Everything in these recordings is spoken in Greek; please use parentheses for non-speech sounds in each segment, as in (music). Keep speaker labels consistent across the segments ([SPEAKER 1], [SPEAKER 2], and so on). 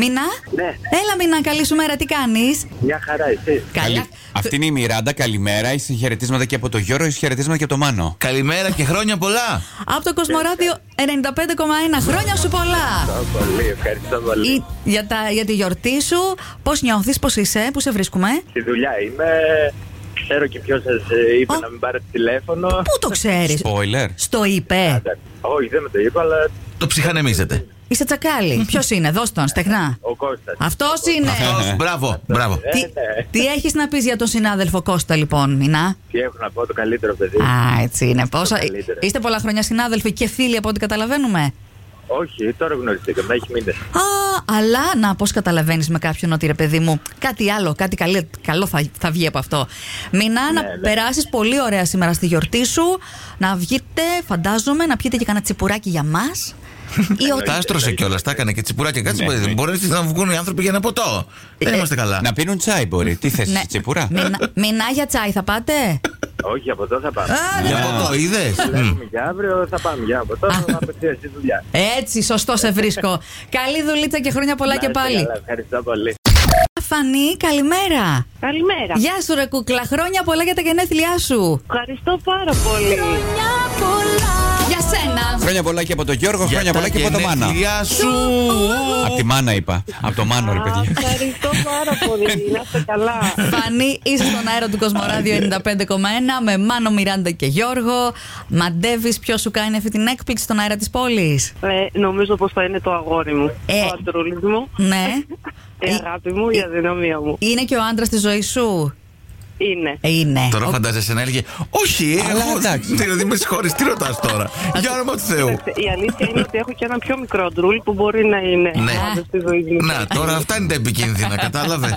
[SPEAKER 1] Μινά.
[SPEAKER 2] Ναι.
[SPEAKER 1] Έλα, Μινά, καλή σου μέρα, τι κάνεις.
[SPEAKER 2] Μια χαρά, εσύ.
[SPEAKER 1] Καλά.
[SPEAKER 3] Καλη- Αυτή είναι η Μιράντα. Καλημέρα. Είσαι χαιρετίσματα και από το Γιώργο, είσαι χαιρετίσματα και από το Μάνο.
[SPEAKER 4] Καλημέρα και χρόνια πολλά.
[SPEAKER 1] Από το Κοσμοράδιο 95,1. Χρόνια σου πολλά.
[SPEAKER 2] Ευχαριστώ πολύ, ευχαριστώ πολύ.
[SPEAKER 1] Ή- για, τα, για τη γιορτή σου, πώς νιώθεις, πώς είσαι, πού σε βρίσκουμε.
[SPEAKER 2] Στη δουλειά είμαι. Ξέρω και ποιος σας είπε
[SPEAKER 1] Α.
[SPEAKER 2] να μην πάρετε τηλέφωνο.
[SPEAKER 1] Πού το ξέρεις.
[SPEAKER 3] Spoiler.
[SPEAKER 1] Στο είπε.
[SPEAKER 2] Εντάξει. Όχι, δεν με το είπα, αλλά
[SPEAKER 4] Το ψυχανεμίζετε.
[SPEAKER 1] Είσαι τσακάλι. Ποιος είναι, δώσ' τον, στεγνά.
[SPEAKER 2] ο Κώστας.
[SPEAKER 1] Αυτός
[SPEAKER 3] Ναι.
[SPEAKER 1] είναι.
[SPEAKER 4] Αυτός, μπράβο, μπράβο.
[SPEAKER 2] Ε,
[SPEAKER 1] τι
[SPEAKER 2] ναι.
[SPEAKER 1] τι έχεις να πεις για τον συνάδελφο Κώστα, λοιπόν, Μινά.
[SPEAKER 2] Τι έχω να πω, το καλύτερο παιδί.
[SPEAKER 1] Α, έτσι είναι. Πόσα...
[SPEAKER 2] καλύτερο.
[SPEAKER 1] Είστε πολλά χρόνια συνάδελφοι και φίλοι από ό,τι καταλαβαίνουμε.
[SPEAKER 2] Όχι, τώρα γνωριστήκαμε, έχει μήνες.
[SPEAKER 1] Α, αλλά να πώς καταλαβαίνεις με κάποιον ότι ρε παιδί μου, κάτι άλλο, κάτι καλή- καλό θα, θα βγει από αυτό. Μινά, να
[SPEAKER 2] ναι.
[SPEAKER 1] περάσεις πολύ ωραία σήμερα στη γιορτή σου, να βγείτε, φαντάζομαι, να πιείτε και κανένα τσιπουράκι για μας.
[SPEAKER 2] (laughs)
[SPEAKER 1] ή ότι.
[SPEAKER 4] Τα άστρωσε κιόλας, τα έκανε και τσιπουράκια. Κάτσε,
[SPEAKER 3] Ναι,
[SPEAKER 4] παιδί,
[SPEAKER 3] ναι.
[SPEAKER 4] μπορεί να βγουν οι άνθρωποι για ένα ποτό. Δεν είμαστε καλά.
[SPEAKER 3] Να πίνουν τσάι μπορεί. Τι
[SPEAKER 1] Ναι.
[SPEAKER 3] θες, τσιπουρά.
[SPEAKER 1] Μινά, Μινά για τσάι θα πάτε.
[SPEAKER 2] Όχι, από εδώ θα πάμε.
[SPEAKER 1] Α, ναι.
[SPEAKER 4] Για
[SPEAKER 3] Να.
[SPEAKER 4] ποτό, είδες.
[SPEAKER 2] Έχουμε για αύριο, θα πάμε για από τώρα, απευθείας στη δουλειά.
[SPEAKER 1] Έτσι, σωστό σε βρίσκω. Καλή δουλίτσα και χρόνια πολλά
[SPEAKER 2] Να
[SPEAKER 1] και
[SPEAKER 2] είστε
[SPEAKER 1] πάλι.
[SPEAKER 2] καλά, Ευχαριστώ πολύ.
[SPEAKER 1] Φανή, καλημέρα.
[SPEAKER 5] Καλημέρα.
[SPEAKER 1] Γεια σου, ρε κούκλα. Χρόνια πολλά για τα γενέθλιά σου.
[SPEAKER 5] Ευχαριστώ πάρα πολύ.
[SPEAKER 1] Για σένα.
[SPEAKER 3] Χρόνια πολλά και από το Γιώργο,
[SPEAKER 4] Για
[SPEAKER 3] χρόνια
[SPEAKER 4] τα
[SPEAKER 3] πολλά και από το Μάνα.
[SPEAKER 4] γενέθλιά σου.
[SPEAKER 3] Από τη Μάνα είπα. Από το Μάνο, ρε
[SPEAKER 5] Α,
[SPEAKER 3] παιδιά.
[SPEAKER 5] Ευχαριστώ πάρα
[SPEAKER 1] (laughs)
[SPEAKER 5] πολύ. Να είστε καλά.
[SPEAKER 1] Φανή, είσαι στον αέρα του Κοσμοράδιο 95,1 με Μάνο Μιράντα και Γιώργο. Μαντεύει ποιος σου κάνει αυτή την έκπληξη στον αέρα της πόλης.
[SPEAKER 5] Ε, νομίζω πως θα είναι το αγόρι μου.
[SPEAKER 1] Ε.
[SPEAKER 5] Ο αντρούλης μου. (laughs)
[SPEAKER 1] Ναι. Ε,
[SPEAKER 5] Η Ε, αγάπη μου, η αδυναμία μου.
[SPEAKER 1] Είναι και ο άντρας της ζωής σου.
[SPEAKER 5] Είναι.
[SPEAKER 1] Ε, Είναι.
[SPEAKER 4] Τώρα φαντάζεσαι να έλεγε Όχι,
[SPEAKER 3] Αλλά
[SPEAKER 4] εγώ-
[SPEAKER 3] εντάξει.
[SPEAKER 4] (laughs) Δηλαδή με συγχωρείς, τι ρωτάς τώρα. Για όνομα του Θεού.
[SPEAKER 5] Κοιτάξτε, Η αλήθεια είναι ότι έχω και ένα πιο μικρό αντρούλη που μπορεί να είναι
[SPEAKER 4] Ναι.
[SPEAKER 5] ο άντρας της ζωής μου.
[SPEAKER 4] Να, τώρα αυτά είναι τα
[SPEAKER 3] (laughs)
[SPEAKER 4] επικίνδυνα, κατάλαβες.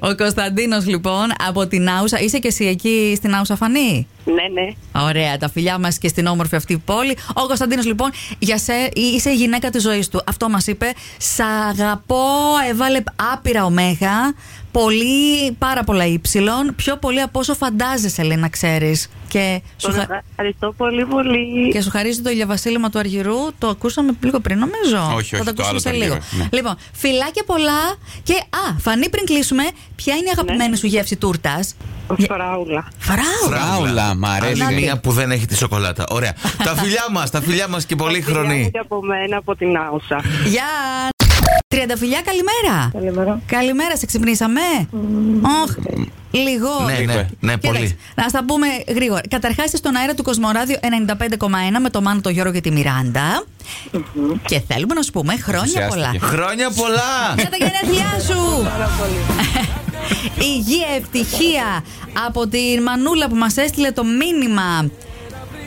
[SPEAKER 1] Ο Κωνσταντίνος, λοιπόν, από την Άουσα. Είσαι και εσύ εκεί στην Άουσα, Φανή.
[SPEAKER 5] Ναι, ναι.
[SPEAKER 1] Ωραία, τα φιλιά μας και στην όμορφη αυτή πόλη. Ο Κωνσταντίνος, λοιπόν, για σε, είσαι η γυναίκα της ζωής του. Αυτό μας είπε. Σ' αγαπώ, έβαλε άπειρα ωμέγα. Πολύ, πάρα πολλά ύψιλον. Πιο πολύ από όσο φαντάζεσαι, λέει, να ξέρεις. Και, σου
[SPEAKER 5] Τον
[SPEAKER 1] χα-
[SPEAKER 5] ευχαριστώ πολύ πολύ.
[SPEAKER 1] και σου χαρίζει το ηλιαβασίλεμα του Αργυρού. Το ακούσαμε λίγο πριν, νομίζω. Θα
[SPEAKER 3] Όχι, όχι,
[SPEAKER 1] το
[SPEAKER 3] το
[SPEAKER 1] ακούσουμε
[SPEAKER 3] άλλο
[SPEAKER 1] σε
[SPEAKER 3] το
[SPEAKER 1] λίγο.
[SPEAKER 3] Αργυρό, ναι.
[SPEAKER 1] Λοιπόν, φιλάκια πολλά. Και, α, φανεί πριν κλείσουμε, ποια είναι η
[SPEAKER 3] Ναι.
[SPEAKER 1] αγαπημένη σου γεύση τούρτας.
[SPEAKER 5] Φράουλα.
[SPEAKER 1] Φράου!
[SPEAKER 3] Φράουλα, μ' αρέσει.
[SPEAKER 4] Άλλη
[SPEAKER 1] Να
[SPEAKER 4] μία που δεν έχει τη σοκολάτα. Ωραία. τα φιλιά μας, τα φιλιά μας και πολύ
[SPEAKER 5] Φιλιά μου
[SPEAKER 4] χρονή.
[SPEAKER 5] και από μένα από την Άουσα.
[SPEAKER 1] Γεια! Τριανταφυλιά, καλημέρα!
[SPEAKER 6] Καλημέρα.
[SPEAKER 1] Καλημέρα, σε ξυπνήσαμε. Οχ, λίγο.
[SPEAKER 4] Ναι, ναι, ναι,
[SPEAKER 1] Κοίταξε,
[SPEAKER 4] πολύ.
[SPEAKER 1] Να στα πούμε γρήγορα. Καταρχάς, είστε στον αέρα του Κοσμοράδιο 95,1 με το Μάνο, το Γιώργο και τη μιραντα Και θέλουμε να σου πούμε χρόνια πολλά.
[SPEAKER 3] Ενθουσιάστηκε.
[SPEAKER 4] Ε, Χρόνια πολλά!
[SPEAKER 1] Για τα γενέθλιά σου! Υγεία, ευτυχία από την Μανούλα που μας έστειλε το μήνυμα.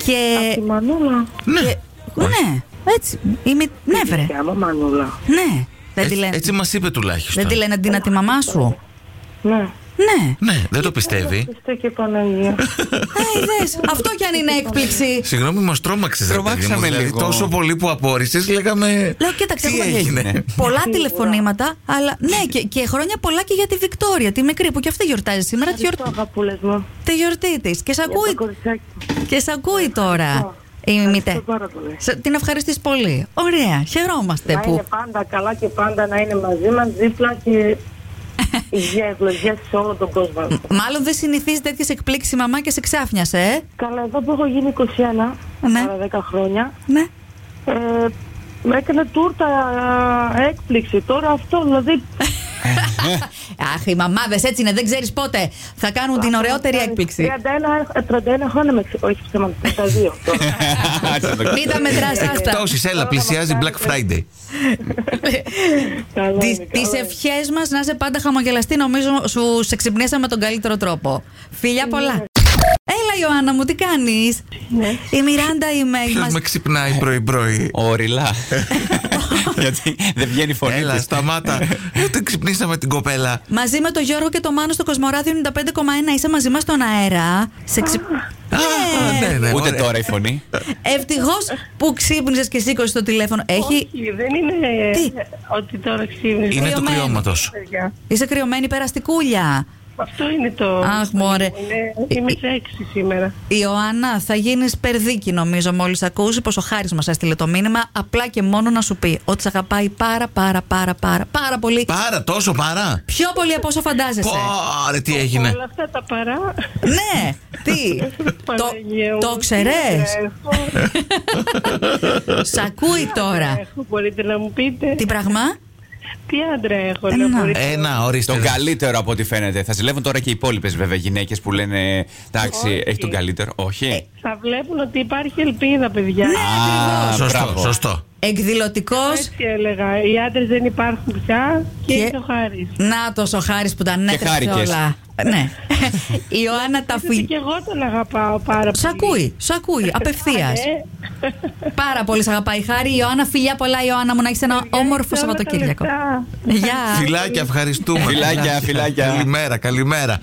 [SPEAKER 1] Και.
[SPEAKER 6] Η Μανούλα.
[SPEAKER 4] ναι.
[SPEAKER 1] Ναι, έτσι. Είμαι. Ναι, βρε.
[SPEAKER 6] Γεια μου, Μανούλα.
[SPEAKER 1] Ναι. Δεν τη
[SPEAKER 4] Έτσι,
[SPEAKER 1] λένε.
[SPEAKER 4] έτσι μας είπε τουλάχιστον.
[SPEAKER 1] Δεν τη λένε Ντίνα τη μαμά σου.
[SPEAKER 6] Ναι.
[SPEAKER 1] Ναι.
[SPEAKER 4] Ναι, δεν το πιστεύει.
[SPEAKER 6] Χριστό και Παναγία.
[SPEAKER 1] Αϊ, δες. Αυτό κι αν είναι έκπληξη.
[SPEAKER 4] Συγγνώμη, μας τρόμαξες.
[SPEAKER 3] Τρομάξαμε λίγο.
[SPEAKER 4] Δηλαδή, Τόσο πολύ που απόρρισες, λέγαμε.
[SPEAKER 1] Λέω, κοίταξε,
[SPEAKER 4] τι
[SPEAKER 1] έχουμε
[SPEAKER 4] έγινε.
[SPEAKER 1] πολλά τηλεφωνήματα, αλλά ναι, και, και χρόνια πολλά και για τη Βικτόρια, τη μικρή που και αυτή γιορτάζει σήμερα τη, γιορ...
[SPEAKER 6] Ευχαριστώ, αγαπούλες μου.
[SPEAKER 1] τη γιορτή της. Και σ'
[SPEAKER 6] Για το
[SPEAKER 1] ακούει,
[SPEAKER 6] κοριτσάκι.
[SPEAKER 1] και σ' ακούει τώρα η μητέ.
[SPEAKER 6] Ευχαριστώ πάρα πολύ.
[SPEAKER 1] Σε- Την ευχαριστείς πολύ. Ωραία, χαιρόμαστε
[SPEAKER 6] Να είναι
[SPEAKER 1] που.
[SPEAKER 6] πάντα καλά και πάντα να είναι μαζί μας, δίπλα
[SPEAKER 1] (laughs)
[SPEAKER 6] και υγεία, ευλογία σε όλο τον κόσμο.
[SPEAKER 1] Μάλλον δεν συνηθίζεις τέτοιες εκπλήξεις η μαμά και σε ξάφνιασε, ε.
[SPEAKER 6] Καλά, εδώ που έχω γίνει 21,
[SPEAKER 1] Ναι.
[SPEAKER 6] παρά 10 χρόνια,
[SPEAKER 4] (laughs)
[SPEAKER 1] Ναι.
[SPEAKER 6] ε, με έκανε τούρτα ε, έκπληξη. Τώρα αυτό, δηλαδή,
[SPEAKER 1] Αχ, οι μαμάδες έτσι είναι, δεν ξέρεις πότε θα κάνουν την ωραιότερη
[SPEAKER 6] (laughs)
[SPEAKER 1] έκπληξη.
[SPEAKER 6] 31, ε, 31 χρόνια με ξε- όχι ψέμα, 32
[SPEAKER 1] (laughs)
[SPEAKER 6] τώρα.
[SPEAKER 3] Άτσε το-
[SPEAKER 1] Μην τα μετράς, άστα.
[SPEAKER 4] Τόσης, έλα, πλησιάζει Black Friday.
[SPEAKER 6] Καλό είναι,
[SPEAKER 1] Τι
[SPEAKER 6] καλό είναι.
[SPEAKER 1] ευχές μας να είσαι πάντα χαμογελαστή, νομίζω σου σε ξυπνήσαμε με τον καλύτερο τρόπο. Φιλιά πολλά. Έλα, Ιωάννα μου, τι κάνεις. Η Μιράντα είμαι.
[SPEAKER 4] Ποιος
[SPEAKER 1] μας-
[SPEAKER 4] με ξυπνάει πρωί-πρωί.
[SPEAKER 3] Ωριλά. Γιατί δεν βγαίνει η φωνή
[SPEAKER 4] Έλα,
[SPEAKER 3] της.
[SPEAKER 4] σταμάτα. Δεν ξυπνήσαμε την κοπέλα.
[SPEAKER 1] Μαζί με τον Γιώργο και τον Μάνο στο Κοσμοράδιο 95,1 είσαι μαζί μας στον αέρα. Σε ξυ...
[SPEAKER 4] Α, ναι, ναι,
[SPEAKER 3] Ούτε
[SPEAKER 4] ωραία.
[SPEAKER 3] τώρα η φωνή.
[SPEAKER 1] Ευτυχώς που ξύπνησες και σήκωσες το τηλέφωνο. Έχει...
[SPEAKER 6] Όχι, δεν είναι
[SPEAKER 1] Τι?
[SPEAKER 6] ότι τώρα ξύπνησε.
[SPEAKER 4] Είναι του
[SPEAKER 1] κρυωμένη.
[SPEAKER 4] κρυώματος.
[SPEAKER 6] παιδιά.
[SPEAKER 1] Είσαι κρυωμένη περαστικούλια.
[SPEAKER 5] Αυτό είναι το.
[SPEAKER 1] Αχ, μωρέ.
[SPEAKER 6] Ναι,
[SPEAKER 5] Είναι- Είμαι σε έξι σήμερα.
[SPEAKER 1] Η Ιωάννα, θα γίνεις περδίκη νομίζω μόλις ακούσει πως ο Χάρης μας έστειλε το μήνυμα. Απλά και μόνο να σου πει ότι σε αγαπάει πάρα πάρα πάρα πάρα πάρα πολύ.
[SPEAKER 4] Πάρα, τόσο πάρα.
[SPEAKER 1] Πιο πολύ από όσο φαντάζεσαι.
[SPEAKER 4] Πάρε, τι έγινε.
[SPEAKER 5] Όλα αυτά τα παρά.
[SPEAKER 1] ναι, τι. το
[SPEAKER 5] Παναγία μου,
[SPEAKER 1] το
[SPEAKER 5] τι
[SPEAKER 1] ξέρε.
[SPEAKER 5] τρέχω,
[SPEAKER 1] Σ' ακούει τώρα.
[SPEAKER 5] Έχω, μπορείτε να μου πείτε.
[SPEAKER 1] Τι πραγμά.
[SPEAKER 5] Τι άντρα έχω,
[SPEAKER 1] Ένα.
[SPEAKER 5] να μπορείτε.
[SPEAKER 4] Ένα, ορίστε.
[SPEAKER 3] Τον καλύτερο από ό,τι φαίνεται. Θα ζηλεύουν τώρα και οι υπόλοιπες βέβαια γυναίκες που λένε Εντάξει,
[SPEAKER 5] Όχι.
[SPEAKER 3] έχει τον καλύτερο.
[SPEAKER 1] Ε,
[SPEAKER 3] Όχι.
[SPEAKER 5] Θα βλέπουν ότι υπάρχει ελπίδα, παιδιά.
[SPEAKER 3] Ναι. Α,
[SPEAKER 4] Σωστό,
[SPEAKER 3] μπράβο.
[SPEAKER 4] σωστό.
[SPEAKER 1] Εκδηλωτικός.
[SPEAKER 5] Έτσι έλεγα. Οι άντρες δεν υπάρχουν πια και,
[SPEAKER 1] Και-
[SPEAKER 5] είναι ο Χάρης.
[SPEAKER 1] Να το ο Χάρης που τα ανέτρεψε
[SPEAKER 3] χάρηκες.
[SPEAKER 1] όλα. Ναι. (laughs) Η Ιωάννα τα
[SPEAKER 5] Ότι
[SPEAKER 1] φύγει.
[SPEAKER 5] και εγώ τον αγαπάω πάρα πολύ.
[SPEAKER 1] Σ' ακούει, σ' ακούει, απευθείας.
[SPEAKER 5] Ε, (laughs)
[SPEAKER 1] Πάρα πολύ σ' αγαπάει η Χάρη. Η Ιωάννα, φιλιά πολλά, Ιωάννα μου να έχεις ένα όμορφο
[SPEAKER 5] όλα τα
[SPEAKER 1] Σαββατοκύριακο.
[SPEAKER 5] λεφτά.
[SPEAKER 1] Γεια.
[SPEAKER 4] Φιλάκια, ευχαριστούμε.
[SPEAKER 3] Φιλάκια, φιλάκια.
[SPEAKER 4] Καλημέρα, καλημέρα.